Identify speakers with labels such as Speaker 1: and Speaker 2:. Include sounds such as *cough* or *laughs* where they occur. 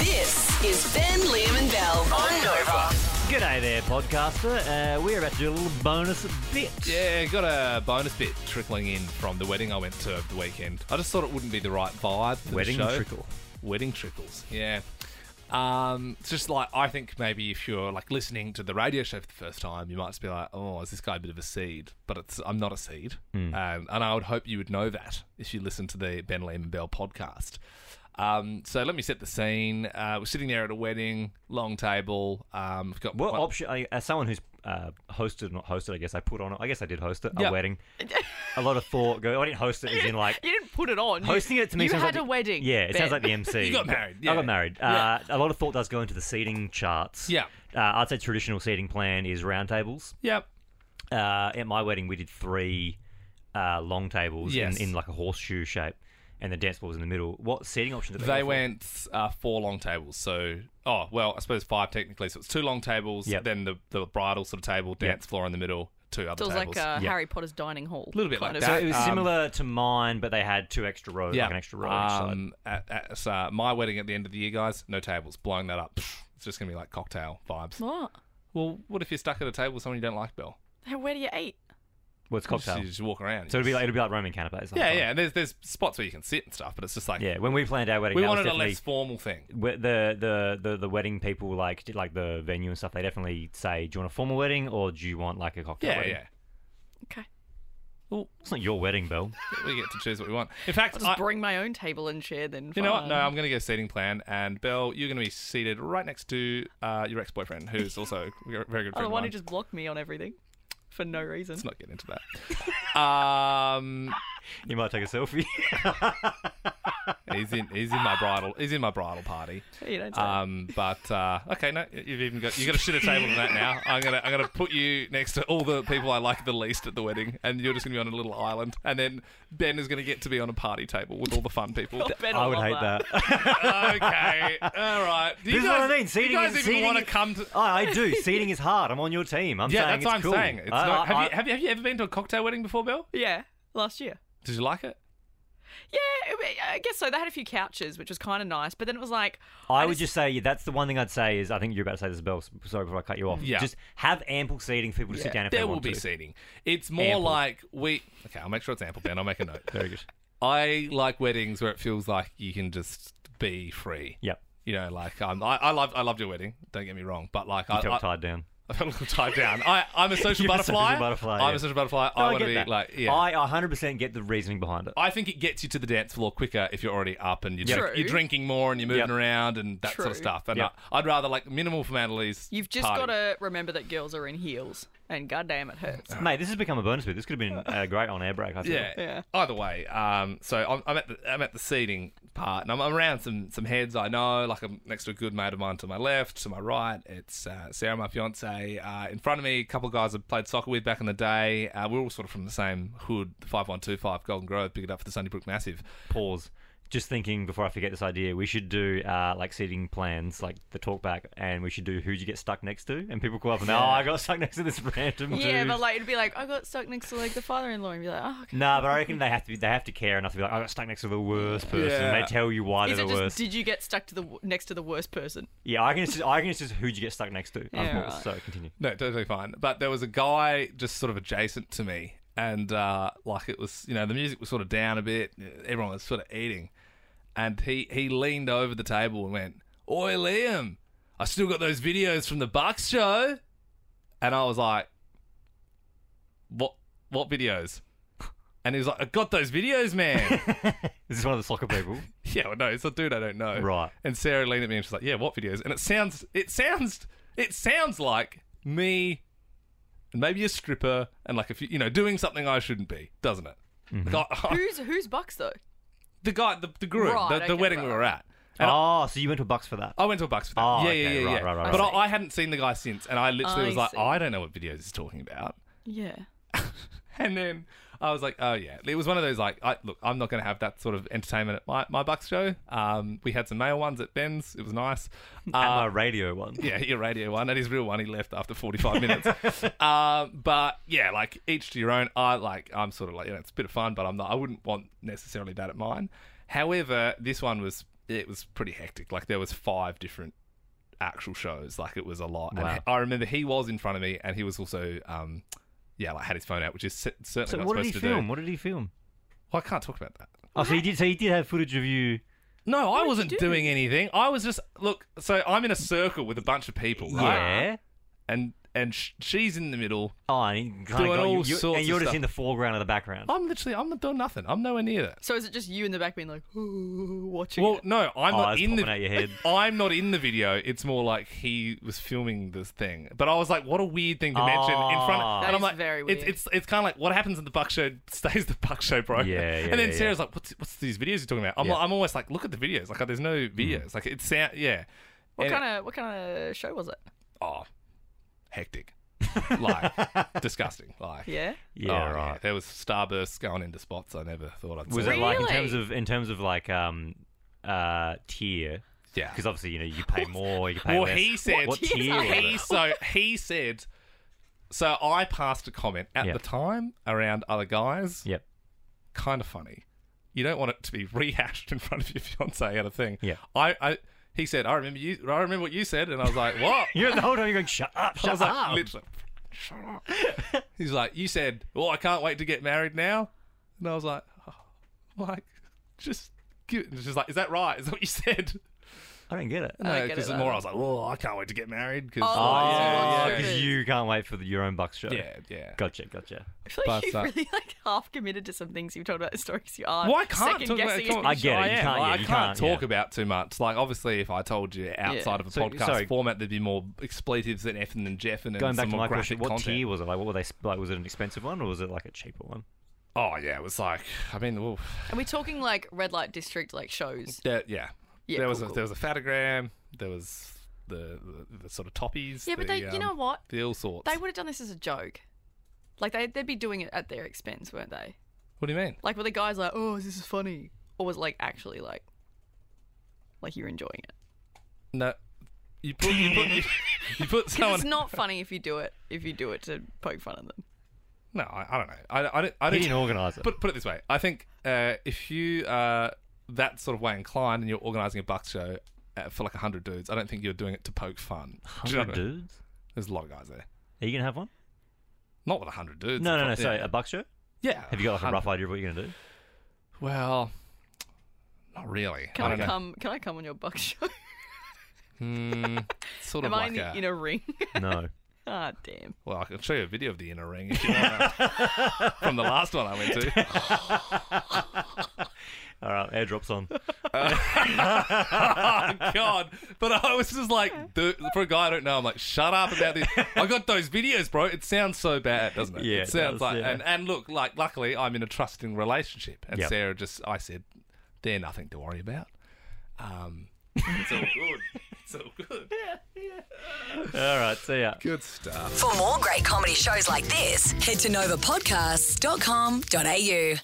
Speaker 1: This is Ben, Liam, and Bell on Nova.
Speaker 2: G'day there, podcaster. Uh, we're about to do a little bonus bit.
Speaker 3: Yeah, got a bonus bit trickling in from the wedding I went to over the weekend. I just thought it wouldn't be the right vibe. For
Speaker 2: Wedding
Speaker 3: the show.
Speaker 2: trickle.
Speaker 3: Wedding trickles. Yeah. Um, it's just like I think maybe if you're like listening to the radio show for the first time, you might just be like, "Oh, is this guy a bit of a seed?" But it's I'm not a seed,
Speaker 2: Hmm.
Speaker 3: um, and I would hope you would know that if you listen to the Ben Lehman Bell podcast. Um, so let me set the scene. Uh, we're sitting there at a wedding, long table. Um, we've got
Speaker 2: What
Speaker 3: one-
Speaker 2: option? I, as someone who's uh, hosted, not hosted, I guess I put on. I guess I did host it.
Speaker 3: Yeah.
Speaker 2: A wedding. a lot of thought. Go. I didn't host it. As in like
Speaker 4: You didn't put it on. You-
Speaker 2: hosting it to me.
Speaker 4: You
Speaker 2: sounds
Speaker 4: had
Speaker 2: like
Speaker 4: a
Speaker 2: the-
Speaker 4: wedding.
Speaker 2: Yeah, it sounds like
Speaker 4: Ben.
Speaker 2: the MC.
Speaker 3: You got married,
Speaker 2: I
Speaker 3: yeah.
Speaker 2: got married. Uh, a lot of thought does go into the seating charts.
Speaker 3: Yeah.
Speaker 2: Uh, I'd say traditional seating plan is round tables.
Speaker 3: Yep.
Speaker 2: uh, at my wedding we did three uh, long tables
Speaker 3: Yes.
Speaker 2: in, in like a horseshoe shape, and the dance ball was in the middle. What seating option did they,
Speaker 3: They
Speaker 2: go for?
Speaker 3: went uh, four long tables. So, oh, well, I suppose five technically. So it's two long tables,
Speaker 2: Yep.
Speaker 3: then the, the bridal sort of table, dance floor in the middle, two other
Speaker 4: It was
Speaker 3: tables.
Speaker 4: like uh,
Speaker 2: Yeah.
Speaker 4: Harry Potter's dining hall.
Speaker 3: Little bit
Speaker 4: kind
Speaker 3: like
Speaker 4: of.
Speaker 2: So
Speaker 3: that.
Speaker 2: it was
Speaker 3: um,
Speaker 2: similar to mine, but they had two extra rows, like an extra row each side.
Speaker 3: Um, at, at so, uh, my wedding at the end of the year, guys, no tables. Blowing that up. Pfft, It's just going to be like cocktail vibes.
Speaker 4: What?
Speaker 3: Well, what if you're stuck at a table with someone you don't like, Bill?
Speaker 4: Hey, Where do you eat?
Speaker 2: Well, it's
Speaker 3: You just-
Speaker 2: cocktail,
Speaker 3: You just walk around.
Speaker 2: so it'd be
Speaker 3: You
Speaker 2: like it'd be like Roman canapes. the
Speaker 3: just-
Speaker 2: whole
Speaker 3: yeah,
Speaker 2: time.
Speaker 3: yeah. There's, there's spots where you can sit and stuff, but it's just like,
Speaker 2: yeah. When we planned our wedding,
Speaker 3: we
Speaker 2: that was
Speaker 3: wanted a
Speaker 2: definitely-
Speaker 3: less formal thing.
Speaker 2: we- the, the the the wedding people like did, like the venue and stuff. They definitely say, "Do you want a formal wedding or do you want like a cocktail?"
Speaker 3: Yeah,
Speaker 2: wedding?
Speaker 3: yeah.
Speaker 4: Okay.
Speaker 2: It's not your wedding, Bill.
Speaker 3: We get to choose what we want. In fact,
Speaker 4: I'll just
Speaker 3: I-
Speaker 4: bring my own table and chair then. um, oh,
Speaker 3: You know what? No,
Speaker 4: Fine.
Speaker 3: I'm going to go seating plan. And Belle, you're going to be seated right next to uh, your ex boyfriend, who's also a very good friend.
Speaker 4: Oh, the
Speaker 3: of
Speaker 4: one who
Speaker 3: mine.
Speaker 4: just blocked me on everything for no reason.
Speaker 3: Let's not get into that. *laughs* um,
Speaker 2: you might take a
Speaker 3: *laughs*
Speaker 2: selfie.
Speaker 3: he's in. He's in my bridal. He's in my bridal party.
Speaker 4: You don't say.
Speaker 3: Um, but uh, okay, no, you've even got you got a shitter table than that now. I'm gonna I'm gonna put you next to all the people I like the least at the wedding, and you're just gonna be on a little island. And then Ben is gonna get to be on a party table with all the fun
Speaker 4: *laughs*
Speaker 3: people.
Speaker 4: Oh, Ben
Speaker 2: I would
Speaker 4: love
Speaker 2: hate that. *laughs*
Speaker 3: okay, all right. Do you
Speaker 2: this
Speaker 3: guys,
Speaker 2: is what I mean. Seating
Speaker 3: you guys
Speaker 2: is,
Speaker 3: even
Speaker 2: seating
Speaker 3: want to
Speaker 2: is-
Speaker 3: come to?
Speaker 2: Oh, I
Speaker 3: *laughs*
Speaker 2: do. Seating is hard. I'm on your team. I'm
Speaker 3: Yeah,
Speaker 2: saying
Speaker 3: that's what I'm
Speaker 2: it's cool.
Speaker 3: saying. It's
Speaker 2: I-
Speaker 3: not, have,
Speaker 2: I-
Speaker 3: you, have, you, have you ever been to a cocktail wedding before, Bill?
Speaker 4: Yeah, last year.
Speaker 3: Did you like it?
Speaker 4: Yeah, it- I guess so. They had a few couches, which was kind of nice, but then it was like,
Speaker 2: I would just say that's the one thing I'd say is I think you're about to say this, Bill. s- Sorry before I cut you off.
Speaker 3: Yeah.
Speaker 2: Just have ample seating for people to sit down if they
Speaker 3: There
Speaker 2: want
Speaker 3: will be
Speaker 2: to.
Speaker 3: seating. It's more
Speaker 2: Ample.
Speaker 3: like we. Okay, I'll make sure it's ample, Ben. I'll make
Speaker 2: *laughs*
Speaker 3: a note.
Speaker 2: Very good.
Speaker 3: I like weddings where it feels like you can just be free.
Speaker 2: Yep.
Speaker 3: You know, like um, I, I loved, I loved your wedding. Don't get me wrong, but like I,
Speaker 2: Felt
Speaker 3: I,
Speaker 2: tied down.
Speaker 3: *laughs* I felt a little tied down. I,
Speaker 2: *laughs*
Speaker 3: I'm a social
Speaker 2: You're a
Speaker 3: butterfly.
Speaker 2: social butterfly,
Speaker 3: I'm
Speaker 2: yeah.
Speaker 3: a social butterfly. I
Speaker 2: No,
Speaker 3: want to
Speaker 2: get
Speaker 3: be
Speaker 2: that.
Speaker 3: like, yeah.
Speaker 2: I 100% get the reasoning behind it.
Speaker 3: I think it gets you to the dance floor quicker if you're already up and you're, drink,
Speaker 4: True.
Speaker 3: you're drinking more and you're moving
Speaker 2: Yep.
Speaker 3: around and that sort of
Speaker 4: True.
Speaker 3: stuff. And
Speaker 2: Yep.
Speaker 3: I, I'd rather like minimal formalities.
Speaker 4: you've just
Speaker 3: party.
Speaker 4: got to remember that girls are in heels, and goddamn,
Speaker 3: *laughs*
Speaker 4: it hurts.
Speaker 2: Mate, this has become a bonus bit. This could have been a great on air break. I feel.
Speaker 3: Yeah.
Speaker 4: Yeah.
Speaker 3: Either way, um, so I'm, I'm at the I'm at the seating part, and I'm, I'm around some some heads I know. Like I'm next to a good mate of mine to my left, to my right. It's uh, Sarah, my fiance, uh, in front of me. A couple of guys I played soccer with back in the day. Uh, we're all sort of from the same hood, five one two five Golden Grove. Pick it up for the Sunnybrook Massive.
Speaker 2: Pause. Just thinking before I forget this idea, we should do uh, like seating plans, like the talk back, and we should do who'd you get stuck next to, and people call up and oh, I got stuck next to this random dude.
Speaker 4: Yeah, but like it'd be like I got stuck next to like the father-in-law, and be like, oh, okay.
Speaker 2: Nah, but I reckon they have to be, they have to care enough to be like, I got stuck next to the worst person.
Speaker 3: Yeah.
Speaker 2: They tell you why
Speaker 4: Is
Speaker 2: they're
Speaker 4: it
Speaker 2: the
Speaker 4: just
Speaker 2: worst.
Speaker 4: did you get stuck to the w- next to the worst
Speaker 3: *laughs*
Speaker 4: person?
Speaker 2: yeah, I can just I can just who'd you get stuck next to.
Speaker 4: Yeah,
Speaker 2: Of course.
Speaker 4: right.
Speaker 2: So continue.
Speaker 3: No, totally fine. But there was a guy just sort of adjacent to me, and uh, like it was, you know, the music was sort of down a bit. Everyone was sort of eating, and he he leaned over the table and went, "Oi, Liam, I still got those videos from the Bucks show," and I was like, "What? What videos?" And he was like, "I got those videos, man."
Speaker 2: Is this one of the soccer people?
Speaker 3: *laughs* yeah, well, no, it's a dude I don't know.
Speaker 2: Right.
Speaker 3: And Sarah leaned at me and she's like, "Yeah, what videos?" And it sounds, it sounds, it sounds like me, and maybe a stripper, and like a few, you know, doing something I shouldn't be, doesn't it?
Speaker 2: Mm-hmm.
Speaker 3: Like, I-
Speaker 4: Who's who's Bucks though?
Speaker 3: *laughs* the guy, the, the groom,
Speaker 4: Right,
Speaker 3: the, the
Speaker 4: okay,
Speaker 3: wedding
Speaker 4: right,
Speaker 3: we were at. And I, Uh,
Speaker 2: oh, so you went to Bucks for that?
Speaker 3: I went to a Bucks for that.
Speaker 2: Oh,
Speaker 3: yeah,
Speaker 2: okay,
Speaker 3: yeah, yeah,
Speaker 2: right,
Speaker 3: yeah.
Speaker 2: right, right,
Speaker 3: but
Speaker 2: right.
Speaker 3: I, I hadn't seen the guy since, and I literally
Speaker 4: I
Speaker 3: was like,
Speaker 4: see.
Speaker 3: "I don't know what videos he's talking about." *laughs*
Speaker 4: Yeah.
Speaker 3: And then I was like, oh yeah, it was one of those like, I, look, I'm not going to have that sort of entertainment at my, my Bucks show. Um, we had some male ones at Ben's, it was nice.
Speaker 2: At
Speaker 3: Uh,
Speaker 2: my radio one.
Speaker 3: yeah, your radio one and his real one. He left after
Speaker 2: *laughs*
Speaker 3: 45 minutes. um, but yeah, like each to your own. I like I'm sort of like you know it's a bit of fun, but I'm not. I wouldn't want necessarily that at mine. However, this one was it was pretty hectic. Like there was five different actual shows. Like it was a lot.
Speaker 2: Wow.
Speaker 3: And he- I remember he was in front of me, and he was also, um, yeah, like had his phone out, which is cer- certainly
Speaker 2: So
Speaker 3: not
Speaker 2: what did
Speaker 3: supposed
Speaker 2: he
Speaker 3: to
Speaker 2: film?
Speaker 3: do.
Speaker 2: What did he film?
Speaker 3: Well, I can't talk about that.
Speaker 2: Oh, so he did. So he did have footage of you.
Speaker 3: No, I
Speaker 4: you
Speaker 3: wasn't
Speaker 4: do?
Speaker 3: doing anything. I was just look. So I'm in a circle with a bunch of people, right?
Speaker 2: Yeah.
Speaker 3: And and sh- she's in the middle.
Speaker 2: Oh, and he kind
Speaker 3: Doing
Speaker 2: of got
Speaker 3: all
Speaker 2: you, you-
Speaker 3: sorts
Speaker 2: and you're
Speaker 3: of
Speaker 2: just
Speaker 3: stuff.
Speaker 2: in the foreground or the background.
Speaker 3: I'm literally I'm not doing nothing. I'm nowhere near that.
Speaker 4: So is it just you in the back being like, "Ooh," watching?
Speaker 3: Well,
Speaker 4: it?
Speaker 3: no, I'm not
Speaker 2: Eyes
Speaker 3: in the.
Speaker 2: Oh, popping out your
Speaker 3: *laughs*
Speaker 2: head.
Speaker 3: I'm not in the video. It's more like he was filming this thing. But I was like, what a weird thing to mention in front.
Speaker 2: Ah.
Speaker 3: Of,
Speaker 2: That
Speaker 3: and I'm
Speaker 4: is
Speaker 3: like,
Speaker 4: very
Speaker 3: it's
Speaker 4: weird.
Speaker 3: it's it's kind of like what happens in the Buck Show stays the Buck Show program. *laughs*
Speaker 2: Yeah, yeah,
Speaker 3: and then
Speaker 2: yeah,
Speaker 3: Sarah's like, what's what's these videos you're talking about? I'm
Speaker 2: Yeah. Mm.
Speaker 3: like, I'm always like, look at the videos. Like, there's no videos. Like, it's sound. Yeah.
Speaker 4: what kind of what kind of show was it?
Speaker 3: Oh, hectic.
Speaker 2: *laughs*
Speaker 3: like disgusting. Like.
Speaker 4: Yeah.
Speaker 2: yeah,
Speaker 3: oh,
Speaker 2: right.
Speaker 3: There was starbursts going into spots I never thought I'd
Speaker 2: Was
Speaker 3: see.
Speaker 2: it like in
Speaker 4: Really?
Speaker 2: terms of in terms of like um uh tier?
Speaker 3: Yeah.
Speaker 2: Because obviously you know you pay more, you pay
Speaker 3: Well,
Speaker 2: less.
Speaker 3: he said *laughs*
Speaker 2: what
Speaker 4: tiers
Speaker 2: tier?
Speaker 4: are
Speaker 2: was
Speaker 3: he
Speaker 2: it?
Speaker 3: so he said. So I passed a comment at
Speaker 2: Yeah.
Speaker 3: the time around other guys.
Speaker 2: Yep.
Speaker 3: Kind of funny. You don't want it to be *laughs* rehashed in front of your fiance at a thing.
Speaker 2: Yeah.
Speaker 3: I, I he said I remember you. I remember what you said, and I was
Speaker 2: *laughs*
Speaker 3: like, what?
Speaker 2: You're the whole time you're going shut up,
Speaker 3: I
Speaker 2: shut
Speaker 3: was
Speaker 2: up.
Speaker 3: like, literally, shut up. *laughs* He's like, you said, well, I can't wait to get married now, and I was like, oh, like just. Give, and she's like, is that right? Is that what you said?
Speaker 2: I don't get it.
Speaker 3: No,
Speaker 4: don't get it
Speaker 3: because
Speaker 4: though.
Speaker 3: more I was like, oh, I can't wait to get married. Cause,
Speaker 4: Oh,
Speaker 3: like,
Speaker 4: so you
Speaker 3: yeah,
Speaker 4: want
Speaker 3: yeah,
Speaker 4: to-
Speaker 2: because
Speaker 4: yeah.
Speaker 2: you can't wait for the, your own Bucks show.
Speaker 3: Yeah, yeah.
Speaker 2: Gotcha, gotcha.
Speaker 4: I feel like
Speaker 3: But,
Speaker 4: you've
Speaker 3: uh,
Speaker 4: really *laughs* like half committed to some things you've talked about this story because you are
Speaker 3: Why can't
Speaker 4: second
Speaker 3: talk about
Speaker 4: guessing
Speaker 3: it?
Speaker 2: I get it, you
Speaker 3: am.
Speaker 2: can't,
Speaker 3: Like,
Speaker 2: yeah,
Speaker 3: I
Speaker 2: you
Speaker 3: can't,
Speaker 2: can't, yeah.
Speaker 3: talk about too much. Like obviously, if I told you outside of a
Speaker 2: So-
Speaker 3: podcast
Speaker 2: sorry.
Speaker 3: format, there'd be more expletives than effing and jeffing and
Speaker 2: Going
Speaker 3: some
Speaker 2: back to
Speaker 3: more
Speaker 2: my question,
Speaker 3: graphic
Speaker 2: what
Speaker 3: content.
Speaker 2: tier was it? Like, what were they? Like, was it an expensive one or was it like a cheaper one?
Speaker 3: Oh yeah, it was like I mean, well,
Speaker 4: And we're talking like red light district like shows.
Speaker 3: there, yeah.
Speaker 4: Yeah,
Speaker 3: there was
Speaker 4: cool,
Speaker 3: a,
Speaker 4: cool.
Speaker 3: there was a fatogram. There was the the, the sort of toppies.
Speaker 4: Yeah, but
Speaker 3: the,
Speaker 4: they, you know
Speaker 3: um,
Speaker 4: what?
Speaker 3: The all sorts.
Speaker 4: They would have done this as a joke. Like they, they'd be doing it at their expense, weren't they?
Speaker 3: what do you mean?
Speaker 4: Like were the guys like, oh, this is funny, or was it like actually like, like you're enjoying it?
Speaker 3: No, you put you
Speaker 4: *laughs*
Speaker 3: put you, you put
Speaker 4: Because
Speaker 3: someone.
Speaker 4: it's not funny if you do it if you do it to poke fun at them.
Speaker 3: no, I, I don't know. I, I don't. I
Speaker 2: He
Speaker 3: don't
Speaker 2: didn't organise it.
Speaker 3: put, put it this way. I think uh, if you are that sort of way inclined and you're organising a bucks show uh, for like 100 dudes, I don't think you're doing it to poke fun. Do you know
Speaker 2: Hundred
Speaker 3: what I mean?
Speaker 2: dudes.
Speaker 3: There's a lot of guys there.
Speaker 2: Are you gonna have one?
Speaker 3: Not with 100 dudes.
Speaker 2: No, no, no.
Speaker 3: Yeah.
Speaker 2: Sorry, a Bucks show.
Speaker 3: yeah.
Speaker 2: Have you got like a
Speaker 3: 100
Speaker 2: rough idea of what you're gonna do?
Speaker 3: *laughs* Well, not really.
Speaker 4: Can I,
Speaker 3: don't know.
Speaker 4: come? Can I come on your buck show?
Speaker 3: Hmm, sort of
Speaker 4: Am I
Speaker 3: like
Speaker 4: in, the,
Speaker 3: a,
Speaker 4: in a ring? *laughs*
Speaker 2: No.
Speaker 4: Ah, damn.
Speaker 3: Well, I can show you a video of the inner ring if you
Speaker 2: *laughs*
Speaker 3: want. From the last one I went to.
Speaker 2: All right, airdrops on.
Speaker 3: oh, *laughs* God. But I was just like, the, for a guy I don't know, I'm like, shut up about *laughs* this. I got those videos, bro. It sounds so bad, doesn't it?
Speaker 2: Yeah,
Speaker 3: It
Speaker 2: it
Speaker 3: sounds
Speaker 2: does,
Speaker 3: like,
Speaker 2: yeah.
Speaker 3: and, and look, like, luckily I'm in a trusting relationship. And
Speaker 2: Yep.
Speaker 3: Sarah just, I said, they're nothing to worry about. Um, it's all good. It's all
Speaker 2: *laughs*
Speaker 3: good.
Speaker 2: All right, see ya.
Speaker 3: Good stuff.
Speaker 1: For more great comedy shows like this, head to novapodcasts.com.au.